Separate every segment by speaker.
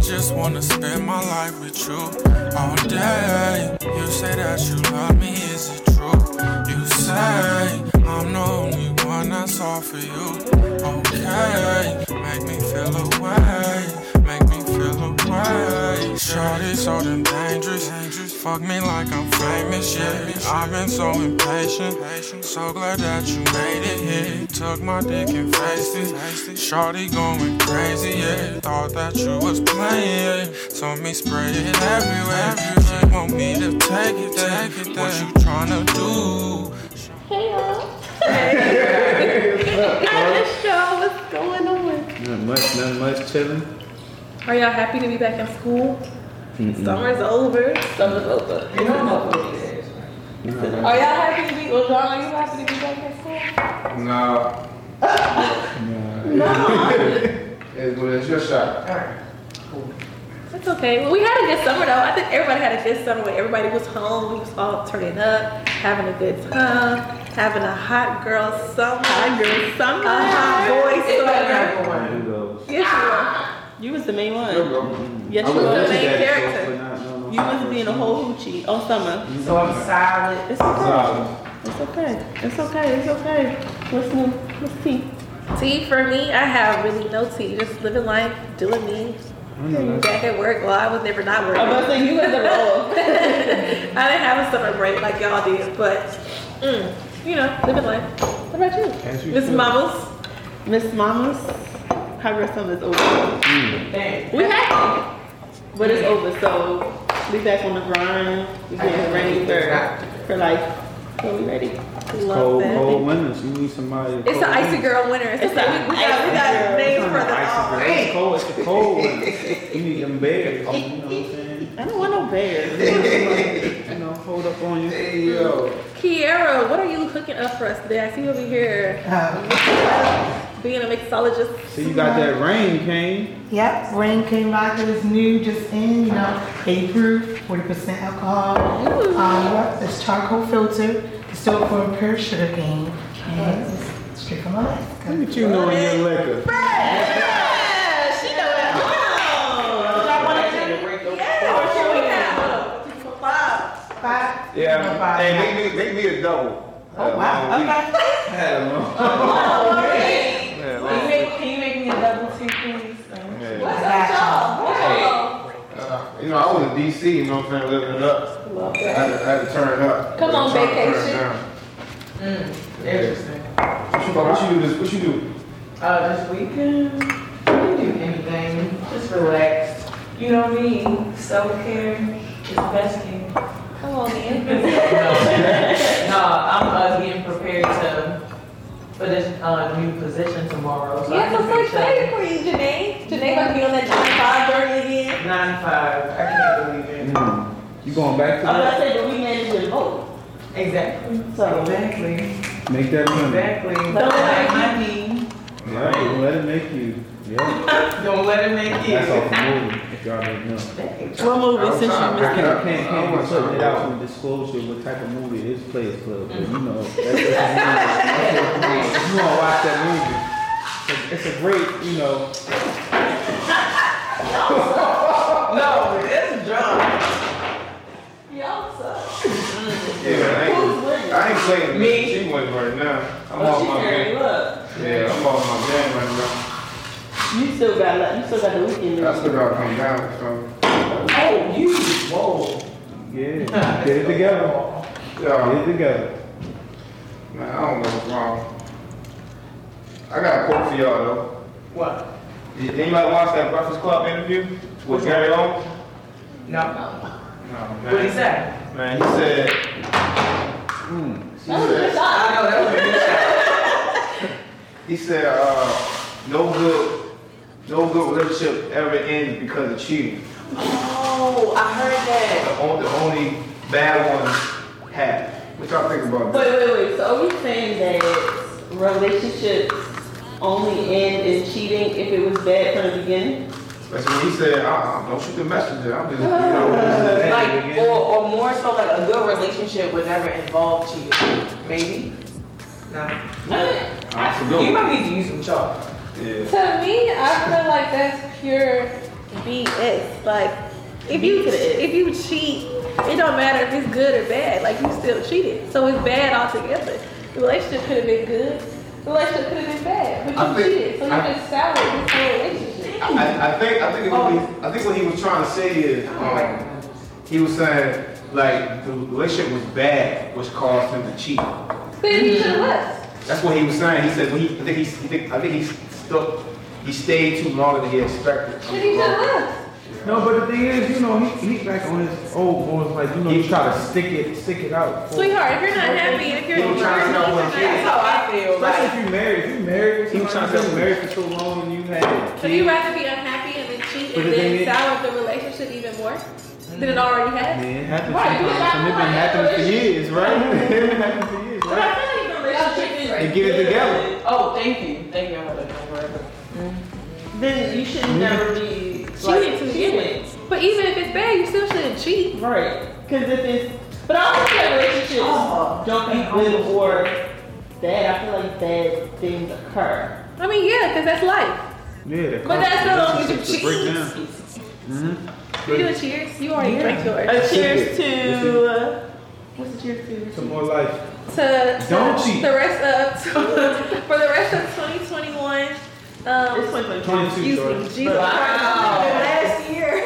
Speaker 1: just wanna spend my life with you all day. You say that you love me, is it true? You say I'm the only one that's all for you. Okay, make me feel away, make me feel away. Shorty so damn dangerous, fuck me like I'm famous. Yeah, I've been so impatient, so glad that you made it here. Took my dick and faced it. Shorty going crazy, yeah. Thought that you was playing, yeah. Told me spray it everywhere. She want me to take it, take it. What you tryna do?
Speaker 2: Hey y'all. At the show, what's going on?
Speaker 3: Not much, not much chilling.
Speaker 2: Are y'all happy to be back in school? Summer's over. Summer's over. Are y'all happy to be? Well, John, are you happy to be back in school?
Speaker 4: No. It's good. It's your shot.
Speaker 2: It's okay. Well, we had a good summer though. I think everybody had a good summer where everybody was home. We was all turning up, having a good time, having a hot girl summer, hot girl summer, a hot boy summer.
Speaker 3: I do those.
Speaker 2: Yes, you were. You was the main
Speaker 4: Here we
Speaker 2: one.
Speaker 4: go.
Speaker 2: Yes,
Speaker 3: I
Speaker 2: you
Speaker 3: was
Speaker 2: were the
Speaker 3: looking
Speaker 2: main
Speaker 3: at it, so,
Speaker 2: character.
Speaker 3: but not- no, no,
Speaker 2: You
Speaker 3: not
Speaker 2: was being a
Speaker 3: personal.
Speaker 2: whole hoochie
Speaker 5: Oh,
Speaker 2: all summer.
Speaker 5: So I'm solid.
Speaker 2: It's okay.
Speaker 3: Solid.
Speaker 2: It's okay. It's okay. It's okay. What's new? What's tea? Tea for me, I have really no tea. Just living life, doing me. Back at work. Well, I was never not working.
Speaker 5: I'm about to say you was the role.
Speaker 2: I didn't have a summer break like y'all did, but mm, you know, living life. What about
Speaker 3: As
Speaker 2: you,
Speaker 3: you
Speaker 2: Miss
Speaker 3: should.
Speaker 2: Mamas?
Speaker 5: Miss Mama's hot girl summer's over.
Speaker 2: We had
Speaker 5: But it's over, so we back on the grind. We getting ready for for life. So we ready.
Speaker 2: love
Speaker 3: Cold, cold
Speaker 2: that.
Speaker 3: winters. You need somebody.
Speaker 2: It's an icy girl winter. It's,
Speaker 5: It's
Speaker 2: okay.
Speaker 5: a
Speaker 2: we, we got, we got names for them all.
Speaker 3: It's cold. It's the cold winter. You need them bears. You know what I'm saying?
Speaker 5: I don't want no bears.
Speaker 3: You know, hold up on you.
Speaker 4: Hey, yo.
Speaker 2: Kiara, what are you hooking up for us today? I see you over here
Speaker 3: Uh-huh.
Speaker 2: being a mixologist.
Speaker 3: So you got that rain, Kane.
Speaker 6: Yep, Rain King Vodka is new, just in, you know, 80 proof, 40% alcohol. Um, yep, it's charcoal filter, distilled from pure sugar cane, and it's straight from Alaska.
Speaker 3: Look at you knowing your liquor.
Speaker 2: Yeah, she know that. Yeah, that's what we have.
Speaker 6: Five? No,
Speaker 4: Yeah.
Speaker 6: five, yeah.
Speaker 4: Hey, make me, make me a double. Uh,
Speaker 6: Oh, wow, okay.
Speaker 4: I had a long
Speaker 2: Alright.
Speaker 4: had a
Speaker 5: Can you
Speaker 4: long-
Speaker 5: make, can you make me a double two, please?
Speaker 4: had a
Speaker 2: What's
Speaker 4: long-
Speaker 2: up, y'all? What's up?
Speaker 4: Uh, You know, I was in DC, you know what I'm saying, living it up. I had to, I had to turn it up.
Speaker 2: Come on,
Speaker 4: I had to turn it
Speaker 2: vacation.
Speaker 4: down.
Speaker 5: Interesting.
Speaker 4: What you, what you do this, what you do?
Speaker 5: Uh, this weekend, I didn't do anything. Just relax. You know me. Self care is the best care.
Speaker 2: Come on, man.
Speaker 5: No, I'm uh, getting prepared to for this uh, new position tomorrow. So
Speaker 2: Yes,
Speaker 5: I
Speaker 2: I'm
Speaker 5: can
Speaker 2: so
Speaker 5: finish
Speaker 2: excited for you, Janae. Janae gonna be on that John 5 journey again.
Speaker 5: up Nine to five. I can't believe it.
Speaker 3: Mm. You going
Speaker 5: Oh,
Speaker 3: back to that?
Speaker 5: say, but we managed to vote. Exactly. So exactly.
Speaker 3: Make that money.
Speaker 5: Exactly. Don't let it make me.
Speaker 3: Right. Let it make you. Yeah.
Speaker 5: Don't let it make you.
Speaker 3: That's off the movie. If y'all didn't know.
Speaker 5: What movie
Speaker 4: since you missed
Speaker 3: I
Speaker 4: it?
Speaker 3: can't, can't,
Speaker 4: I
Speaker 3: can't
Speaker 4: want
Speaker 3: be putting
Speaker 4: something.
Speaker 3: it out from disclosure what type of movie it is Players Club, but you know, that's what you want. You wanna watch that movie. It's a- It's a great, you know,
Speaker 5: No, it's drunk.
Speaker 2: Y'all suck.
Speaker 4: Yeah, I ain't,
Speaker 5: winning?
Speaker 4: I ain't playing.
Speaker 5: Me.
Speaker 4: She wasn't right now. I'm
Speaker 5: Oh,
Speaker 4: on
Speaker 5: she
Speaker 4: my
Speaker 5: married.
Speaker 4: game.
Speaker 5: Look,
Speaker 4: Yeah, I'm on my game right now.
Speaker 5: you still got you still got the weekend.
Speaker 4: I still gotta come down, so.
Speaker 5: Oh, you whoa.
Speaker 3: yeah, get it together, get
Speaker 4: Yeah,
Speaker 3: it together.
Speaker 4: man, I don't know what's wrong. I got a quote for y'all though.
Speaker 5: What?
Speaker 4: Did anybody watch that Breakfast Club interview with Gary Oldman? No,
Speaker 5: No. What he
Speaker 4: man.
Speaker 5: say?
Speaker 4: Man, he said. He
Speaker 2: Oh,
Speaker 4: said,
Speaker 5: I know that was a good shot.
Speaker 4: he said, uh, no good, no good relationship ever ends because of cheating.
Speaker 5: Oh, I heard that.
Speaker 4: The only, the only bad ones have. What y'all think about that?
Speaker 5: Wait, wait, wait. So are we saying that relationships only end in cheating if it was bad from the beginning?
Speaker 4: That's when he said, uh, don't shoot the messenger. I'm just, you know.
Speaker 5: Like, or, or more so like a good relationship would never involve cheating, maybe? No.
Speaker 4: That's a
Speaker 5: You
Speaker 4: good one.
Speaker 5: might need to use some chalk.
Speaker 4: Yeah.
Speaker 2: To me, I feel like that's pure BS. Like, if you if you cheat, it don't matter if it's good or bad. Like, you still cheated, so it's bad altogether. The relationship could have been good. The relationship could have been bad,
Speaker 4: I
Speaker 2: but you
Speaker 4: think-
Speaker 2: cheated, so you
Speaker 4: I-
Speaker 2: just soured this whole relationship.
Speaker 4: I, I think I think what he, I think what he was trying to say is um, he was saying like the relationship was bad, which caused him to cheat. Mm-hmm.
Speaker 2: Then you should have left.
Speaker 4: That's what he was saying. He said well, he, I think he, he think, I think he stuck. He stayed too longer than he expected.
Speaker 2: Then you should have left.
Speaker 3: No, but the thing is, you know, he, he like on his old boys, like you know, he try to stick it, stick it out. for-
Speaker 2: Sweetheart, if you're not happy, if you're
Speaker 4: People trying to tell one
Speaker 5: That's how I feel.
Speaker 3: Especially
Speaker 5: Like,
Speaker 3: if you married, if you married,
Speaker 4: He
Speaker 3: you
Speaker 4: was trying
Speaker 3: trying
Speaker 4: to
Speaker 3: to
Speaker 4: tell-
Speaker 3: married for so long and you had
Speaker 2: Would you
Speaker 3: kids.
Speaker 2: rather be unhappy and then cheat
Speaker 3: But Mm-hmm.
Speaker 2: and
Speaker 3: the thing
Speaker 2: then
Speaker 3: is-
Speaker 2: sour the relationship even more than it already has?
Speaker 3: Man, it happens
Speaker 2: Right, you
Speaker 3: sometimes. And it been happening for years, right? it been happening for years,
Speaker 2: But
Speaker 3: right?
Speaker 2: I feel like the relationship is
Speaker 3: And get it together.
Speaker 5: oh, thank you, thank you. I'm gonna go work. Then you should never be
Speaker 2: cheating to begin with. But even if it's bad, you still shouldn't cheat.
Speaker 7: Right. Because if it's, but I also feel like relationships
Speaker 5: Oh,
Speaker 7: don't be good or bad. I feel like bad things occur.
Speaker 2: I mean, yeah, because that's life.
Speaker 3: Yeah.
Speaker 2: But that's not always a
Speaker 3: relationships will break down.
Speaker 4: Mm-hmm.
Speaker 2: You do a cheers. You already drank yours.
Speaker 7: A
Speaker 3: cheers
Speaker 7: cheers
Speaker 3: to,
Speaker 7: to, uh, what's the cheers to?
Speaker 3: Some more life.
Speaker 2: To,
Speaker 3: Don't
Speaker 2: to
Speaker 3: cheat.
Speaker 2: The rest of for the rest of 2021.
Speaker 7: It's
Speaker 2: Um,
Speaker 7: 2022.
Speaker 3: 22,
Speaker 2: excuse me,
Speaker 3: sorry.
Speaker 2: Jesus Christ, last year.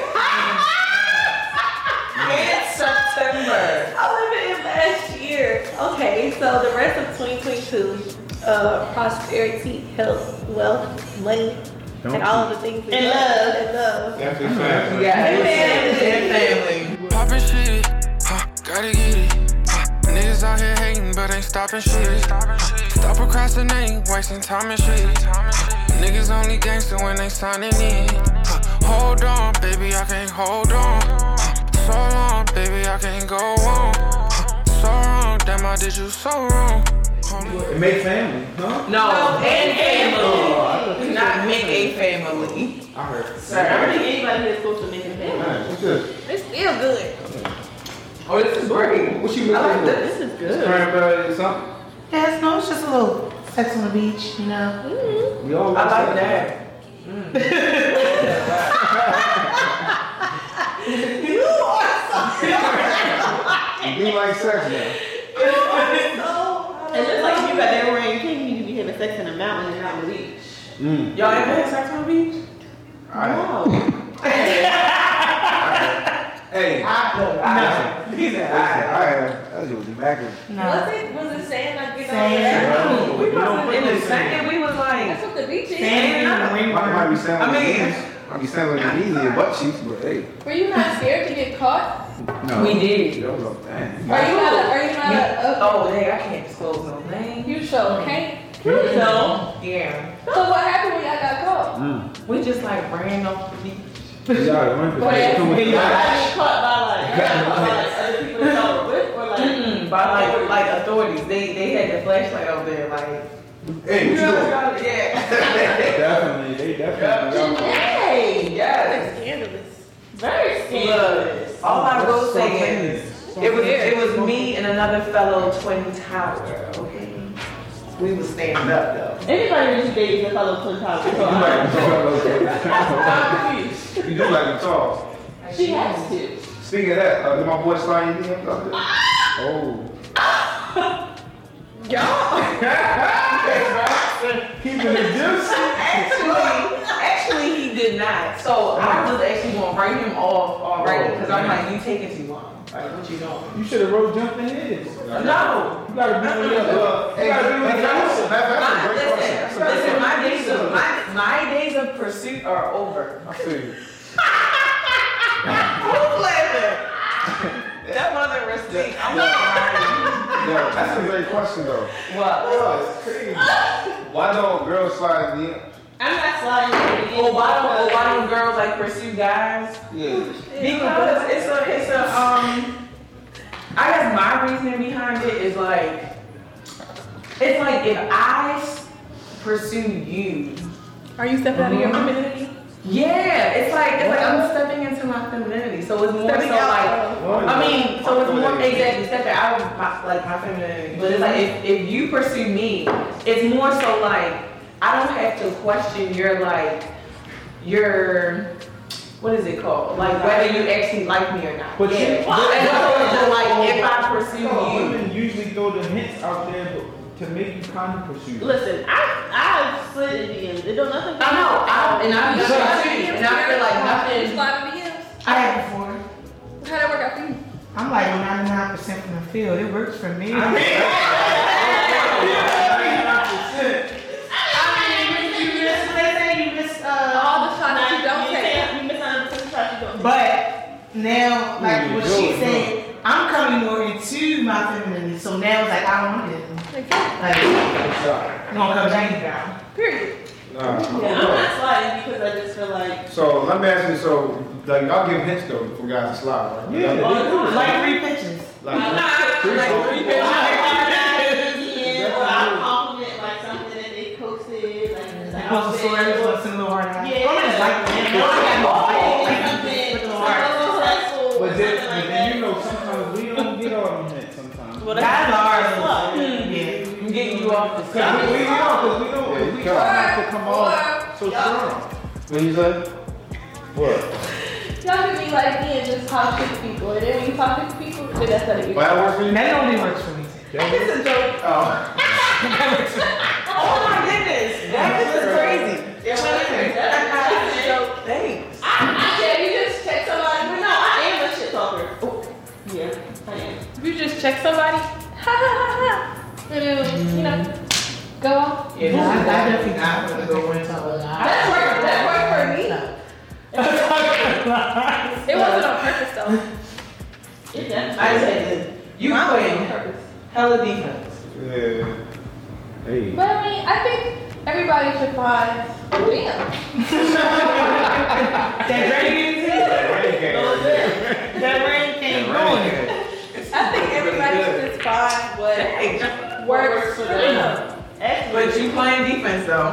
Speaker 5: It's September.
Speaker 2: I live in last year. Okay, so the rest of 2022, uh, prosperity, health, wealth, money,
Speaker 3: Don't
Speaker 2: and all of the things we
Speaker 7: And love.
Speaker 2: love, and love.
Speaker 4: That's what he said.
Speaker 5: Yeah,
Speaker 2: And
Speaker 5: it's-
Speaker 2: family.
Speaker 5: it's family.
Speaker 1: Poppin' shit, huh, gotta get it. huh. Niggas out here hating, but ain't stopping shit. huh. Stop procrastinating, wasting time and shit. Niggas only gangster when they signing in. huh. Hold on, baby, I can't hold on. huh. So long, baby, I can't go on. huh. So wrong, damn, I did you so wrong. Homie.
Speaker 3: And make family, huh?
Speaker 5: No, and
Speaker 3: Oh,
Speaker 5: family.
Speaker 3: I thought you said
Speaker 5: Not
Speaker 3: make
Speaker 5: make a family.
Speaker 3: I heard.
Speaker 7: I don't
Speaker 5: Sorry.
Speaker 7: think anybody here is supposed to make a family.
Speaker 3: Alright, what's this?
Speaker 2: It's still good.
Speaker 5: Oh, this is great.
Speaker 4: What you been
Speaker 5: I like
Speaker 4: thinking?
Speaker 5: this.
Speaker 7: This is good.
Speaker 4: Cranberry or something?
Speaker 6: Yes, no, it's just a little sex on the beach, you know.
Speaker 3: We all
Speaker 5: I like that.
Speaker 7: Mm.
Speaker 4: You like sex now?
Speaker 7: And just like you got that ring, can't you be having sex in a mountain and not on the beach?
Speaker 3: Mm.
Speaker 5: Y'all ain't had sex on the beach?
Speaker 4: I,
Speaker 7: No.
Speaker 4: hey, I,
Speaker 5: I no, I no. He said,
Speaker 4: I,
Speaker 5: I.
Speaker 4: I, I was macking.
Speaker 6: No.
Speaker 2: Was it? Was it sand like getting
Speaker 6: Sand.
Speaker 2: over that?
Speaker 5: We
Speaker 3: You don't
Speaker 5: wasn't in the
Speaker 3: put
Speaker 5: second. We was like,
Speaker 2: That's what the beach is.
Speaker 6: Sand and
Speaker 4: I might be
Speaker 6: ringworm.
Speaker 4: sounding
Speaker 5: I mean-
Speaker 4: easy. I be sounding like easy, but she's but hey.
Speaker 2: Were you not scared to get caught?
Speaker 4: No.
Speaker 5: We did.
Speaker 4: That was a thing.
Speaker 2: Are you not? Are you not? A,
Speaker 5: oh, dang, I can't disclose no name.
Speaker 2: you sure can't.
Speaker 5: No. Yeah.
Speaker 2: So what happened when y'all got caught?
Speaker 3: Mm.
Speaker 5: We just like ran off the beach.
Speaker 3: Yeah, one
Speaker 2: Wait.
Speaker 3: come with
Speaker 7: But you
Speaker 3: that.
Speaker 7: got caught by like, you got caught by like other people that y'all were with or like,
Speaker 5: Mm-mm, by like, like authorities. They they had the flashlight out there, like.
Speaker 4: Hey, what you doing?
Speaker 5: Yeah.
Speaker 3: Definitely, they definitely.
Speaker 5: Hey, yes.
Speaker 2: Scandalous.
Speaker 7: very scandalous.
Speaker 5: Look, all I will
Speaker 3: That's so
Speaker 5: say is, it was, it was me and another fellow twin tower, okay? We was standing up though.
Speaker 7: Anybody who's dating a fellow twin tower, so
Speaker 3: You
Speaker 7: I'm-
Speaker 3: like to talk.
Speaker 7: I'm confused.
Speaker 4: You do like to talk.
Speaker 7: She has to.
Speaker 4: Speaking of that, uh, did my boy slide your DMs out there?
Speaker 3: Oh.
Speaker 4: Keeping the juice.
Speaker 5: Actually, actually he did not. So I was actually gonna write him off already,
Speaker 4: Oh,
Speaker 5: because I'm like, you taking too long. Like, what you doing?
Speaker 3: You should have wrote jumping heads.
Speaker 5: No.
Speaker 3: You gotta be with your
Speaker 4: Uh-uh. Hey, that's a- that's
Speaker 5: My,
Speaker 4: a great
Speaker 5: listen,
Speaker 4: question.
Speaker 5: Ah, listen, my days of, my, my days of pursuit are over.
Speaker 4: I feel you.
Speaker 5: Who's laughing? That wasn't receipt. I'm not
Speaker 4: Yeah, that's a great question though.
Speaker 5: lying. What?
Speaker 4: Yeah, it's crazy. Why don't girls slide in DMs?
Speaker 7: I'm not sliding.
Speaker 5: Well, Oh, why don't well, why don't girls like pursue guys?
Speaker 4: Yeah.
Speaker 5: Because it's a it's a um. I guess my reasoning behind it is like, it's like if I s- pursue you,
Speaker 2: Are you stepping out of your
Speaker 5: Mm-hmm.
Speaker 2: femininity?
Speaker 5: yeah, it's like it's like I'm stepping into my femininity, so it's more
Speaker 2: Stepping
Speaker 5: so
Speaker 2: out.
Speaker 5: like. I mean, so it's more exactly stepping out of my, like my femininity, but it's like if, if you pursue me, it's more so like I don't have to question your like your what is it called? Like whether you actually like me or not.
Speaker 3: But you-
Speaker 5: yeah.
Speaker 3: but-
Speaker 5: and so it's like if I
Speaker 3: No,
Speaker 5: pursue you.
Speaker 3: women usually throw the hints out there but to make you kind of pursue. you.
Speaker 7: Listen, I I've slid in DMs. It don't nothing.
Speaker 5: I know, I, and I feel like, and I feel like
Speaker 8: You
Speaker 5: nothing.
Speaker 8: slide in DMs.
Speaker 6: I had before.
Speaker 8: How'd that work out for you?
Speaker 6: I'm like 99% from the field. It works for me.
Speaker 3: I mean,
Speaker 7: I mean, you miss what they say. You miss uh,
Speaker 8: All the shots you
Speaker 7: nine-
Speaker 8: don't
Speaker 7: you
Speaker 8: take.
Speaker 7: can't- You miss out on the shots you don't take.
Speaker 6: But now, like
Speaker 3: Mm,
Speaker 6: what
Speaker 3: good,
Speaker 6: she
Speaker 3: good.
Speaker 6: said, I'm coming more into my femininity. So now it's like I don't want it. Like, I'm gonna come down down.
Speaker 8: Period.
Speaker 4: Nah.
Speaker 7: Yeah, I'm not sliding because I just feel like.
Speaker 4: So let me ask you, so like y'all give hints though for guys to slide, right?
Speaker 3: Yeah.
Speaker 7: all the time.
Speaker 6: Like three pitches.
Speaker 4: Like,
Speaker 7: Like, I DM, or I compliment like something that they posted, like this
Speaker 6: Like, post a story,
Speaker 7: outfit, or-
Speaker 6: post a little hard eye.
Speaker 7: Yeah.
Speaker 6: Women like that.
Speaker 3: but then, but then you know sometimes we don't get all the hints sometimes.
Speaker 5: Oh.
Speaker 7: Well,
Speaker 6: Guys
Speaker 7: that's
Speaker 6: are-
Speaker 7: hard.
Speaker 6: Yeah.
Speaker 5: I'm getting you off the
Speaker 3: Cause
Speaker 5: stuff.
Speaker 3: we, we know, cause we know,
Speaker 4: Yeah,
Speaker 3: we
Speaker 4: you
Speaker 3: don't have
Speaker 8: Or-
Speaker 3: to come off so strong.
Speaker 4: what you say? What?
Speaker 8: Y'all can be like me and just talk shit to people. And then when you talk shit to people, then that's not you.
Speaker 4: Why that work for you?
Speaker 6: That only works for me.
Speaker 5: It's a joke.
Speaker 4: Oh,
Speaker 5: Oh my goodness, that is crazy.
Speaker 7: Yeah, well,
Speaker 5: That's a joke. Thanks.
Speaker 8: Ah, Yeah, you just check somebody.
Speaker 7: No, I am a shit talker. Yeah, I am.
Speaker 2: You just check somebody.
Speaker 8: Ha ha ha ha. And then, you know, go off.
Speaker 6: I I
Speaker 5: Yeah.
Speaker 6: definitely not want to go into a lot.
Speaker 8: That worked. That worked for me. It wasn't on purpose though.
Speaker 7: It does.
Speaker 5: I said, you playing hella defense.
Speaker 4: yeah.
Speaker 3: Hey.
Speaker 8: But I mean, I think everybody should find Liam.
Speaker 6: That rain, that rain came going.
Speaker 2: I think everybody should just find what works for them.
Speaker 5: But you playing defense though.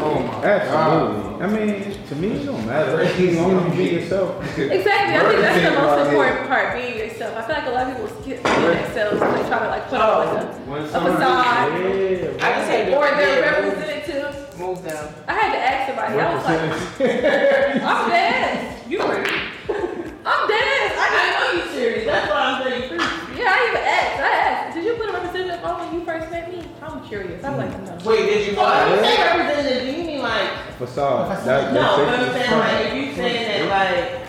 Speaker 4: Oh my
Speaker 3: Absolutely. I mean, to me, it don't matter. As long as you be yourself.
Speaker 2: Exactly. I think that's the
Speaker 4: Work
Speaker 2: most
Speaker 4: is
Speaker 2: important part, being yourself. I feel like a lot of people skip being themselves when they try to like put on like a,
Speaker 4: When
Speaker 2: a
Speaker 4: someone-
Speaker 2: facade
Speaker 3: Yeah.
Speaker 5: I can say
Speaker 2: or their
Speaker 5: move,
Speaker 2: representative.
Speaker 5: move them.
Speaker 2: I had to ask somebody. I was like, I'm dead. You were. I'm dead. I
Speaker 7: I know you serious. That's why I'm saying you
Speaker 2: didn't, yeah, I even asked. I asked, did you put a representative on when you first met me? I'm curious. I'd like to know.
Speaker 5: Wait, did you
Speaker 7: So when you
Speaker 5: what?
Speaker 7: say representative, do you mean like
Speaker 3: Facade. That,
Speaker 7: no? But I'm
Speaker 3: that's it.
Speaker 7: saying like if you saying that like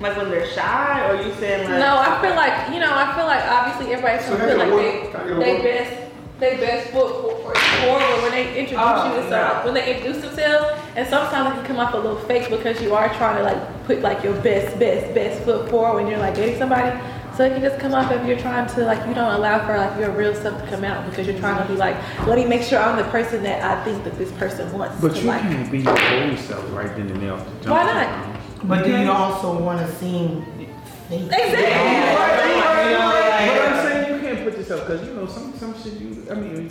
Speaker 7: like when they're shy, or you saying like
Speaker 2: No, I feel like you know. I feel like obviously everybody's
Speaker 4: So
Speaker 2: gonna
Speaker 4: how
Speaker 2: feel
Speaker 4: you
Speaker 2: like
Speaker 4: work- how
Speaker 2: they
Speaker 4: you
Speaker 2: they
Speaker 4: work?
Speaker 2: best they best foot for- for- forward when they introduce
Speaker 5: Oh,
Speaker 2: you to
Speaker 5: no.
Speaker 2: something when they introduce themselves. And sometimes it can come off a little fake because you are trying to like put like your best best best foot forward when you're like dating somebody. So it can just come off if you're trying to like you don't allow for like your real stuff to come out because you're trying to be like let me make sure I'm the person that I think that this person wants
Speaker 3: But
Speaker 2: to
Speaker 3: you
Speaker 2: like.
Speaker 3: can be your whole self right then and there off the jump.
Speaker 2: Why not?
Speaker 6: But do you also want to seem fake?
Speaker 2: Exactly.
Speaker 3: But I'm saying you can't put yourself because you know some some shit you. I mean,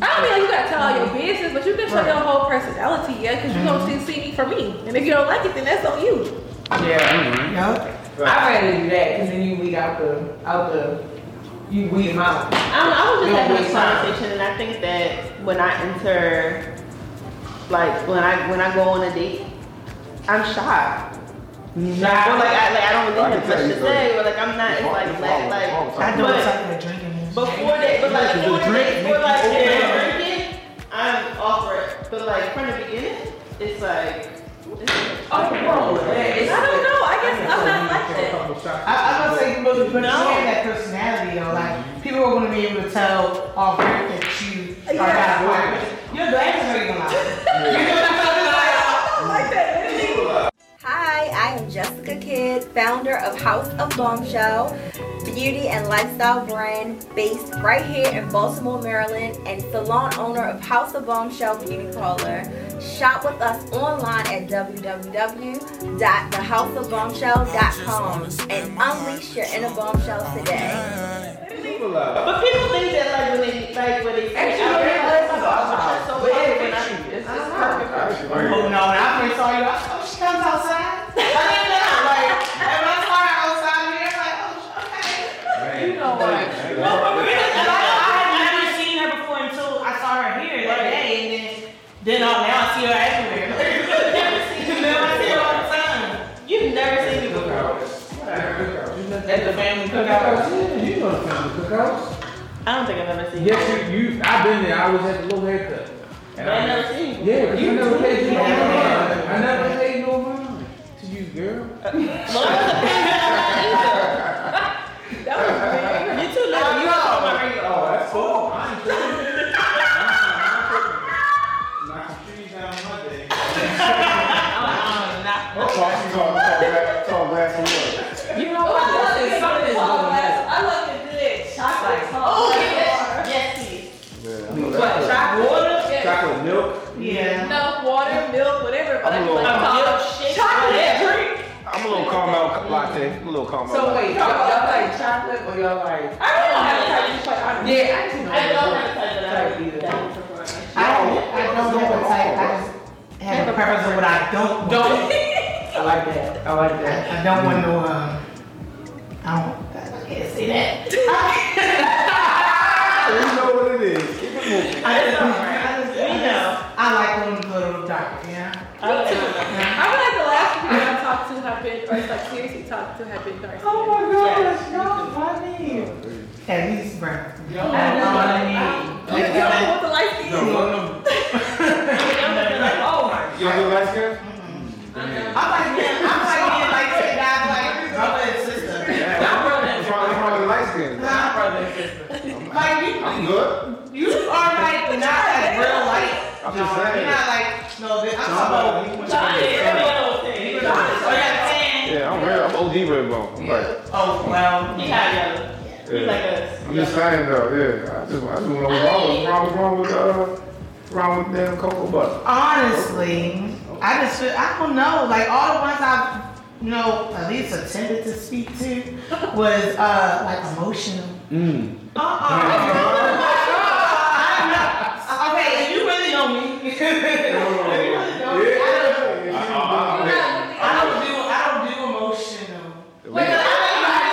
Speaker 2: I don't mean like you gotta tell all your business, but you can show your whole personality, yeah, because you don't see, see me for me. And if you don't like it, then that's on you.
Speaker 5: Yeah.
Speaker 6: Yup.
Speaker 5: I'd rather do that because then you weed out the out the you weed them out.
Speaker 7: I don't know, I was just
Speaker 5: You don't
Speaker 7: having this
Speaker 5: waste time.
Speaker 7: conversation, and I think that when I enter, like when I when I go on a date, I'm shy. I feel like I like I don't
Speaker 4: I
Speaker 7: really
Speaker 4: can
Speaker 7: have
Speaker 4: tell
Speaker 7: much
Speaker 4: you
Speaker 7: to
Speaker 4: so.
Speaker 7: say, but like I'm not it's like
Speaker 4: Wrong,
Speaker 7: like
Speaker 4: wrong,
Speaker 7: like
Speaker 4: wrong.
Speaker 6: I know
Speaker 7: But-
Speaker 6: it's like a drinking.
Speaker 7: before that, but like
Speaker 3: Yeah, 'cause
Speaker 7: before
Speaker 3: the drink
Speaker 7: that,
Speaker 3: make
Speaker 7: before
Speaker 3: you
Speaker 7: like
Speaker 3: open
Speaker 7: yeah, drinking, I'm awkward. But like from the beginning, it's like. it's-
Speaker 5: Oh, whoa, that
Speaker 2: I
Speaker 5: is-
Speaker 2: don't know. I guess I'm not like that.
Speaker 6: I, I'm gonna say, but but you
Speaker 7: No.
Speaker 6: have that personality though. Like people are gonna be able to tell off rip that you are
Speaker 2: Yeah.
Speaker 6: not black. Your glasses are gonna lie.
Speaker 9: Hi, I am Jessica Kidd, founder of House of Bombshell, beauty and lifestyle brand based right here in Baltimore, Maryland, and salon owner of House of Bombshell Beauty Parlor. Shop with us online at www.thehouseofbombshell.com and unleash your inner bombshell today.
Speaker 7: But people think that like when they like when they
Speaker 5: Actually,
Speaker 7: I
Speaker 5: your
Speaker 7: wear
Speaker 5: glasses
Speaker 7: glasses, I'm
Speaker 5: are
Speaker 7: "Oh, so
Speaker 5: awesome.
Speaker 7: awkward
Speaker 5: Yeah,
Speaker 7: when I-
Speaker 5: it's perfect.
Speaker 7: I don't know.
Speaker 6: Oh no,
Speaker 4: Absolutely.
Speaker 6: when I first saw you, I was like, oh, she comes outside. I didn't know. Like, and when I saw her outside, we were like, oh, okay.
Speaker 5: You know what?
Speaker 6: But really, and I, I had never seen her before until I saw her here that day, and then, then oh, now I see her everywhere. Like, never seen her. Now I see her all the time.
Speaker 7: You've
Speaker 5: at the family cookout.
Speaker 3: Yeah, you know the family cookouts.
Speaker 7: I don't think I've ever seen.
Speaker 3: Yes, you, you. I've been there. I was at the little haircut. And
Speaker 7: I've
Speaker 3: I,
Speaker 7: never seen.
Speaker 3: yeah, but you never paid no
Speaker 5: Yeah.
Speaker 3: mind. I never paid no mind to you, girl.
Speaker 7: Well, I wasn't paying that
Speaker 2: That was
Speaker 7: either. You too little. You don't know my regular.
Speaker 4: Oh, that's cool. I ain't tripping. Knock some trees down my day.
Speaker 5: Uh-uh, not-
Speaker 4: That's all she's on. That's all last one.
Speaker 5: You know what?
Speaker 7: Oh,
Speaker 5: Something- Something's going on.
Speaker 8: I love the good chocolate
Speaker 5: Like,
Speaker 8: tall.
Speaker 7: Oh, Yes, please.
Speaker 4: Yeah, I know
Speaker 5: What?
Speaker 4: that's good.
Speaker 5: Chocolate water?
Speaker 4: Chocolate milk.
Speaker 6: Yeah.
Speaker 2: no water, milk, whatever. But I
Speaker 4: I'm a
Speaker 2: feel
Speaker 4: little-
Speaker 2: like
Speaker 5: A
Speaker 2: chocolate.
Speaker 5: milk shake? Chocolate drink?
Speaker 4: I'm a little caramel latte. I'm a little caramel
Speaker 5: So
Speaker 4: latte.
Speaker 5: wait, y'all, y'all like chocolate or y'all like?
Speaker 8: I don't know how to
Speaker 5: type of chocolate. Yeah, I just know.
Speaker 7: I don't
Speaker 5: what
Speaker 7: have a type that I
Speaker 5: type
Speaker 7: would eat
Speaker 5: either.
Speaker 7: that for brunch.
Speaker 6: I, I don't have a type. I just have a preference of what I don't want.
Speaker 5: Don't. I like that. I like that.
Speaker 6: I don't want no, um, I don't, I can't say that.
Speaker 4: You know what it is. Keep it moving.
Speaker 6: I just, I just, you know, I like them little dark, yeah.
Speaker 7: I don't know.
Speaker 2: I feel like the last people I talked to have been, or like seriously talked to, have been dark.
Speaker 5: Oh
Speaker 2: skinned.
Speaker 5: my gosh, y'all funny.
Speaker 6: At least brown.
Speaker 5: Y'all
Speaker 6: I
Speaker 2: You you don't want the light skin.
Speaker 4: No, one of them.
Speaker 5: Oh my
Speaker 4: You know who last year?
Speaker 6: I'm like, being- I'm like being like that guy, like, you're my sister.
Speaker 4: Yeah. What's wrong what's wrong with light skin?
Speaker 5: God, brother and sister.
Speaker 6: Like, you,
Speaker 4: I'm good.
Speaker 6: you are like not like real light.
Speaker 4: I'm just
Speaker 6: No,
Speaker 4: saying.
Speaker 6: You're not like, no, bitch, I'm talking about.
Speaker 7: John is real thing.
Speaker 6: You know, oh, yeah, tan.
Speaker 4: Yeah, I'm real. I'm OD red bone. Right.
Speaker 6: Oh, well.
Speaker 7: He had yellow. He's like us.
Speaker 4: I'm just saying though. Yeah. I just, I just want to know what's wrong. What's wrong- What's wrong with uh, what's wrong with damn cocoa butter?
Speaker 6: Honestly, I just feel, I don't know. Like all the ones I've you know at least attempted to speak to was uh like emotional.
Speaker 3: Mm.
Speaker 6: Uh uh. Okay, if you really know me. if you really know me, I don't-
Speaker 2: uh,
Speaker 6: I don't do I don't do emotional. Wait, but I, I just feel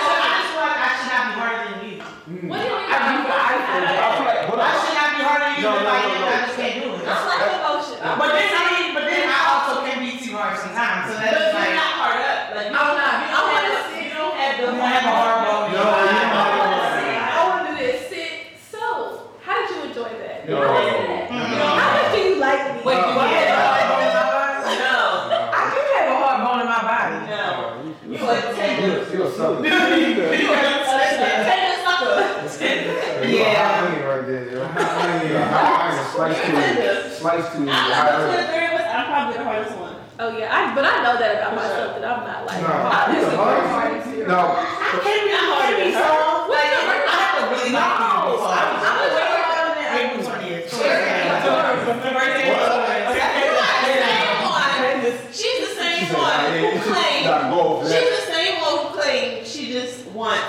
Speaker 6: like I should not be harder than you.
Speaker 8: What do you mean?
Speaker 4: I feel like, hold
Speaker 6: I
Speaker 4: on.
Speaker 6: should not be harder than you.
Speaker 4: No,
Speaker 6: if
Speaker 4: no, no,
Speaker 6: I, am,
Speaker 4: no.
Speaker 6: I just can't do it.
Speaker 8: I'm like emotion.
Speaker 6: But then I mean, but then I also can be too hard sometimes. So
Speaker 7: But
Speaker 6: that's
Speaker 7: you're
Speaker 6: like.
Speaker 7: not hard up. Like,
Speaker 2: I'm not.
Speaker 7: You
Speaker 2: I
Speaker 7: don't
Speaker 2: wanna
Speaker 7: have
Speaker 2: see-
Speaker 7: you don't have the
Speaker 6: You have a hard bone.
Speaker 4: No,
Speaker 8: I
Speaker 4: you
Speaker 8: wanna sit. I wanna do this. Sit. So, how did you enjoy that?
Speaker 4: No.
Speaker 8: How was that?
Speaker 2: How much do you like me?
Speaker 5: Wait, do I have a hard bone in my body?
Speaker 7: No.
Speaker 5: I do have a hard bone in my body.
Speaker 7: No.
Speaker 4: You
Speaker 7: You a tender.
Speaker 4: look- You look so good.
Speaker 7: Tender sucker.
Speaker 6: Yeah.
Speaker 4: You're hot onion right there. You're a hot onion. You're a hot onion. Slice to you. Slice to you. You're a hot
Speaker 7: I'm
Speaker 4: onion.
Speaker 7: the three of us. I'm probably the hardest one.
Speaker 2: Oh yeah, I, but I know that about myself that I'm not like.
Speaker 4: No, you the hardest. No,
Speaker 6: Can we can we solve? Like, I have to really not be solved.
Speaker 7: I'm the three of us.
Speaker 6: I'm April 20th. Taurus.
Speaker 7: She's the
Speaker 4: She
Speaker 7: same
Speaker 4: said,
Speaker 7: one
Speaker 4: "Nah, yeah,
Speaker 7: who
Speaker 4: you should
Speaker 7: claimed.
Speaker 4: not go for
Speaker 7: She's
Speaker 4: that."
Speaker 7: the same one who claimed she just wants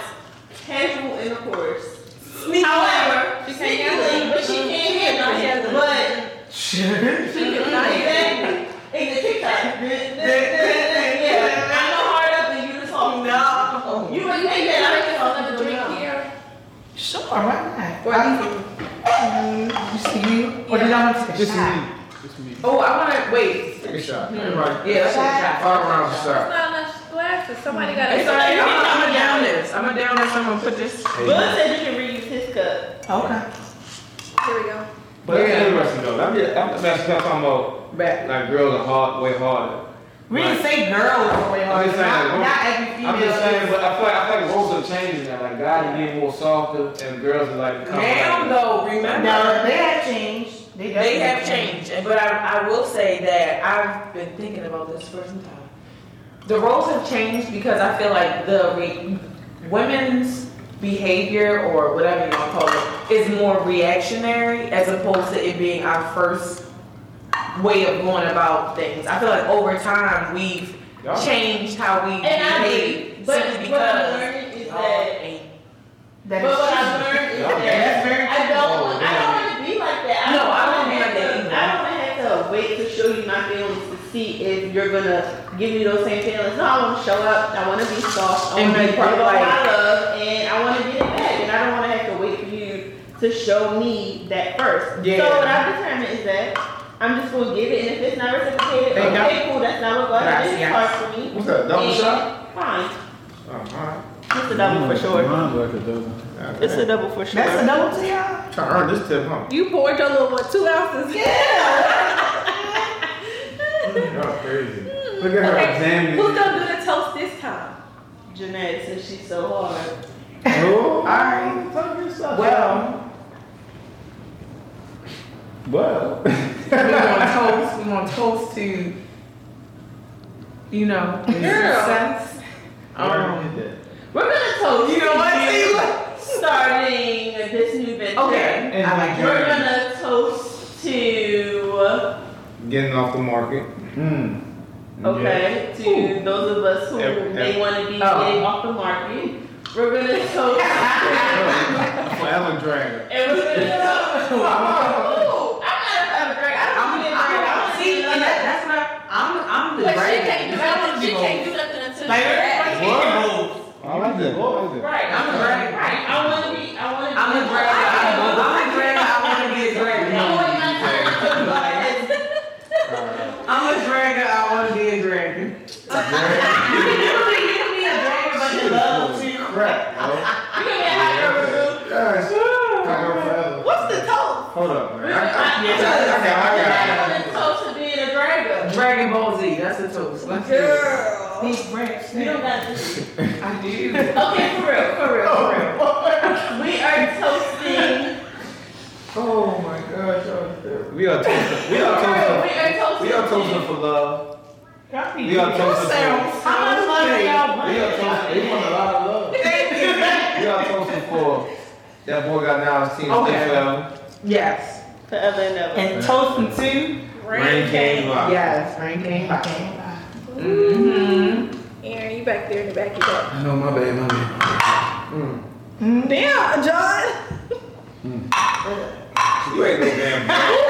Speaker 7: casual intercourse. Sneaky,
Speaker 2: However, she can't
Speaker 7: sneaky,
Speaker 2: hear me.
Speaker 7: but she can't hear me. But
Speaker 2: She can not even.
Speaker 7: exactly, it's a TikTok. Yeah, I know hard up and you just talk. No, you
Speaker 2: You really think that I can hold another drink here?
Speaker 6: Sure, why
Speaker 2: Or
Speaker 6: not?
Speaker 2: at
Speaker 6: I'm-
Speaker 2: least
Speaker 6: um, Just you, or did I want to take a
Speaker 3: Just
Speaker 6: shot? Hmm.
Speaker 3: me. Just me.
Speaker 5: Oh, I wanna wait.
Speaker 4: Take a shot. Everybody.
Speaker 5: Yeah, that's a shot.
Speaker 4: Five rounds of
Speaker 2: it's
Speaker 4: shot.
Speaker 2: not enough glasses. Somebody got
Speaker 5: It's alright.
Speaker 2: to.
Speaker 5: I'm gonna down this. I'm gonna down this. I'm gonna put this.
Speaker 7: Bud said you can reuse his cup.
Speaker 6: Okay.
Speaker 2: Here we go.
Speaker 4: But that's
Speaker 5: Yeah.
Speaker 4: interesting though. I'm just, I'm that's what I'm talking about
Speaker 5: back.
Speaker 4: like girls are hard, way harder.
Speaker 6: We didn't say girls are way
Speaker 4: I'm
Speaker 6: harder.
Speaker 4: just saying,
Speaker 6: Not,
Speaker 4: like,
Speaker 6: not every female.
Speaker 4: I'm just saying,
Speaker 6: is.
Speaker 4: but I feel like I feel like roles are changing now. Like guys are getting more softer, and girls are like becoming
Speaker 5: Now
Speaker 4: like,
Speaker 5: though, remember.
Speaker 6: No, they have changed. They,
Speaker 5: They
Speaker 6: definitely
Speaker 5: have changed, and- but I, I will say that I've been thinking about this for some time. The roles have changed because I feel like the re- women's behavior or whatever you want to call it is more reactionary as opposed to it being our first way of going about things. I feel like over time we've
Speaker 4: Y'all-
Speaker 5: changed how we
Speaker 7: And I
Speaker 5: behave
Speaker 7: do, but
Speaker 5: simply
Speaker 7: what I'm
Speaker 5: because
Speaker 7: learning is
Speaker 5: y'all
Speaker 7: that.
Speaker 5: ain't.
Speaker 6: That
Speaker 7: But
Speaker 6: is
Speaker 7: what
Speaker 6: changed.
Speaker 7: I've learned is
Speaker 4: Y'all-
Speaker 7: that.
Speaker 6: That's very
Speaker 7: I don't want, I don't want to be like that. I
Speaker 5: No,
Speaker 7: don't
Speaker 5: I don't
Speaker 7: wanna
Speaker 5: want
Speaker 7: have
Speaker 5: that
Speaker 7: to- I don't want to have to wait to show you my feelings to see if you're gonna give me those same feelings. No, I want to show up. I want to be soft. I
Speaker 5: And
Speaker 7: want to
Speaker 5: be
Speaker 7: be part of
Speaker 5: polite.
Speaker 7: my love, and I want to get it back. And I don't want to have to wait for you to show me that first.
Speaker 5: Yeah.
Speaker 7: So what I've determined is that I'm just gonna give it, and if it's not reciprocated,
Speaker 5: Thank
Speaker 7: okay, cool. That's not what God did. It's
Speaker 5: Gracias.
Speaker 7: hard for me.
Speaker 4: What's that? Double
Speaker 7: And
Speaker 4: shot?
Speaker 7: Fine.
Speaker 4: Oh, all right.
Speaker 2: It's a double for sure.
Speaker 3: Mine worth a double.
Speaker 2: It's a double for sure.
Speaker 5: That's a double to y'all.
Speaker 4: Trying to earn this tip, huh?
Speaker 10: You poured your little what, two ounces?
Speaker 4: Y'all crazy. Look at her
Speaker 10: Mm. Okay,
Speaker 4: examining.
Speaker 10: Who's gonna do the toast this time?
Speaker 2: Jeanette says she's so hard.
Speaker 4: Oh,
Speaker 5: Alright.
Speaker 3: Fuck yourself.
Speaker 5: Well,
Speaker 3: Well.
Speaker 5: we want toast. We want toast to, you know, success. Um,
Speaker 10: We're gonna toast.
Speaker 5: you know what? See, look.
Speaker 2: Starting this new venture.
Speaker 5: Okay.
Speaker 3: And
Speaker 5: I like
Speaker 3: we're
Speaker 5: it.
Speaker 2: gonna toast to
Speaker 4: Getting off the market.
Speaker 3: Mm.
Speaker 4: Hmm.
Speaker 2: okay to those of us who
Speaker 4: Ev-
Speaker 2: may
Speaker 4: ev-
Speaker 2: want to be
Speaker 5: Oh.
Speaker 2: getting off the market. We're gonna toast.
Speaker 4: For Ellen Dragon.
Speaker 2: and we're gonna toast. Ooh, I'm not a fan of drag. I don't
Speaker 5: I'm,
Speaker 2: need a drag. I
Speaker 5: I'm,
Speaker 2: don't
Speaker 5: see,
Speaker 2: need
Speaker 5: and
Speaker 2: a-
Speaker 5: that, that's not, I'm, I'm the
Speaker 6: But she
Speaker 5: brand.
Speaker 6: can't do nothing. She can't do nothing until she's
Speaker 5: Like,
Speaker 6: ready.
Speaker 5: everybody can't do
Speaker 3: I like that. I like that.
Speaker 2: Right, I'm a drag. Right, I want to be. I want to.
Speaker 5: I'm a drag. I'm a- I'm a drag. I want to be a drag.
Speaker 6: Don't worry about it.
Speaker 5: I'm a dragger. I want to be a dragon.
Speaker 7: Uh,
Speaker 4: Crap, yo. Yes. Hold
Speaker 2: What's the toast?
Speaker 4: up, man. I- I-
Speaker 5: Yeah.
Speaker 4: Okay, I got it.
Speaker 2: I'm gonna toast to being a dragger.
Speaker 5: Dragon Ball Z. That's a toast. Let's do it.
Speaker 6: Girl.
Speaker 11: Big racks.
Speaker 2: You don't got this.
Speaker 5: I do.
Speaker 2: Okay, for real, for real, for real. We are toasting.
Speaker 4: Oh my gosh, y'all. We are toasting. We
Speaker 2: For real, we
Speaker 4: are toasting.
Speaker 2: are toasting.
Speaker 4: We are toasting for love.
Speaker 11: Y'all be
Speaker 4: We are toasting for.
Speaker 5: How much money y'all want?
Speaker 4: We are toasting. They want a lot of love. We are toasting for. That boy got now his team
Speaker 5: Okay.
Speaker 4: okay. forever.
Speaker 5: Yes.
Speaker 2: Forever and ever.
Speaker 11: And toasting too.
Speaker 4: Rain came by.
Speaker 5: Yes. Rain King Pie.
Speaker 10: Mm-hmm. Aaron, you back there in the back of that.
Speaker 4: I know my bad, my bad.
Speaker 10: Damn, John.
Speaker 4: Mm. You ain't no damn.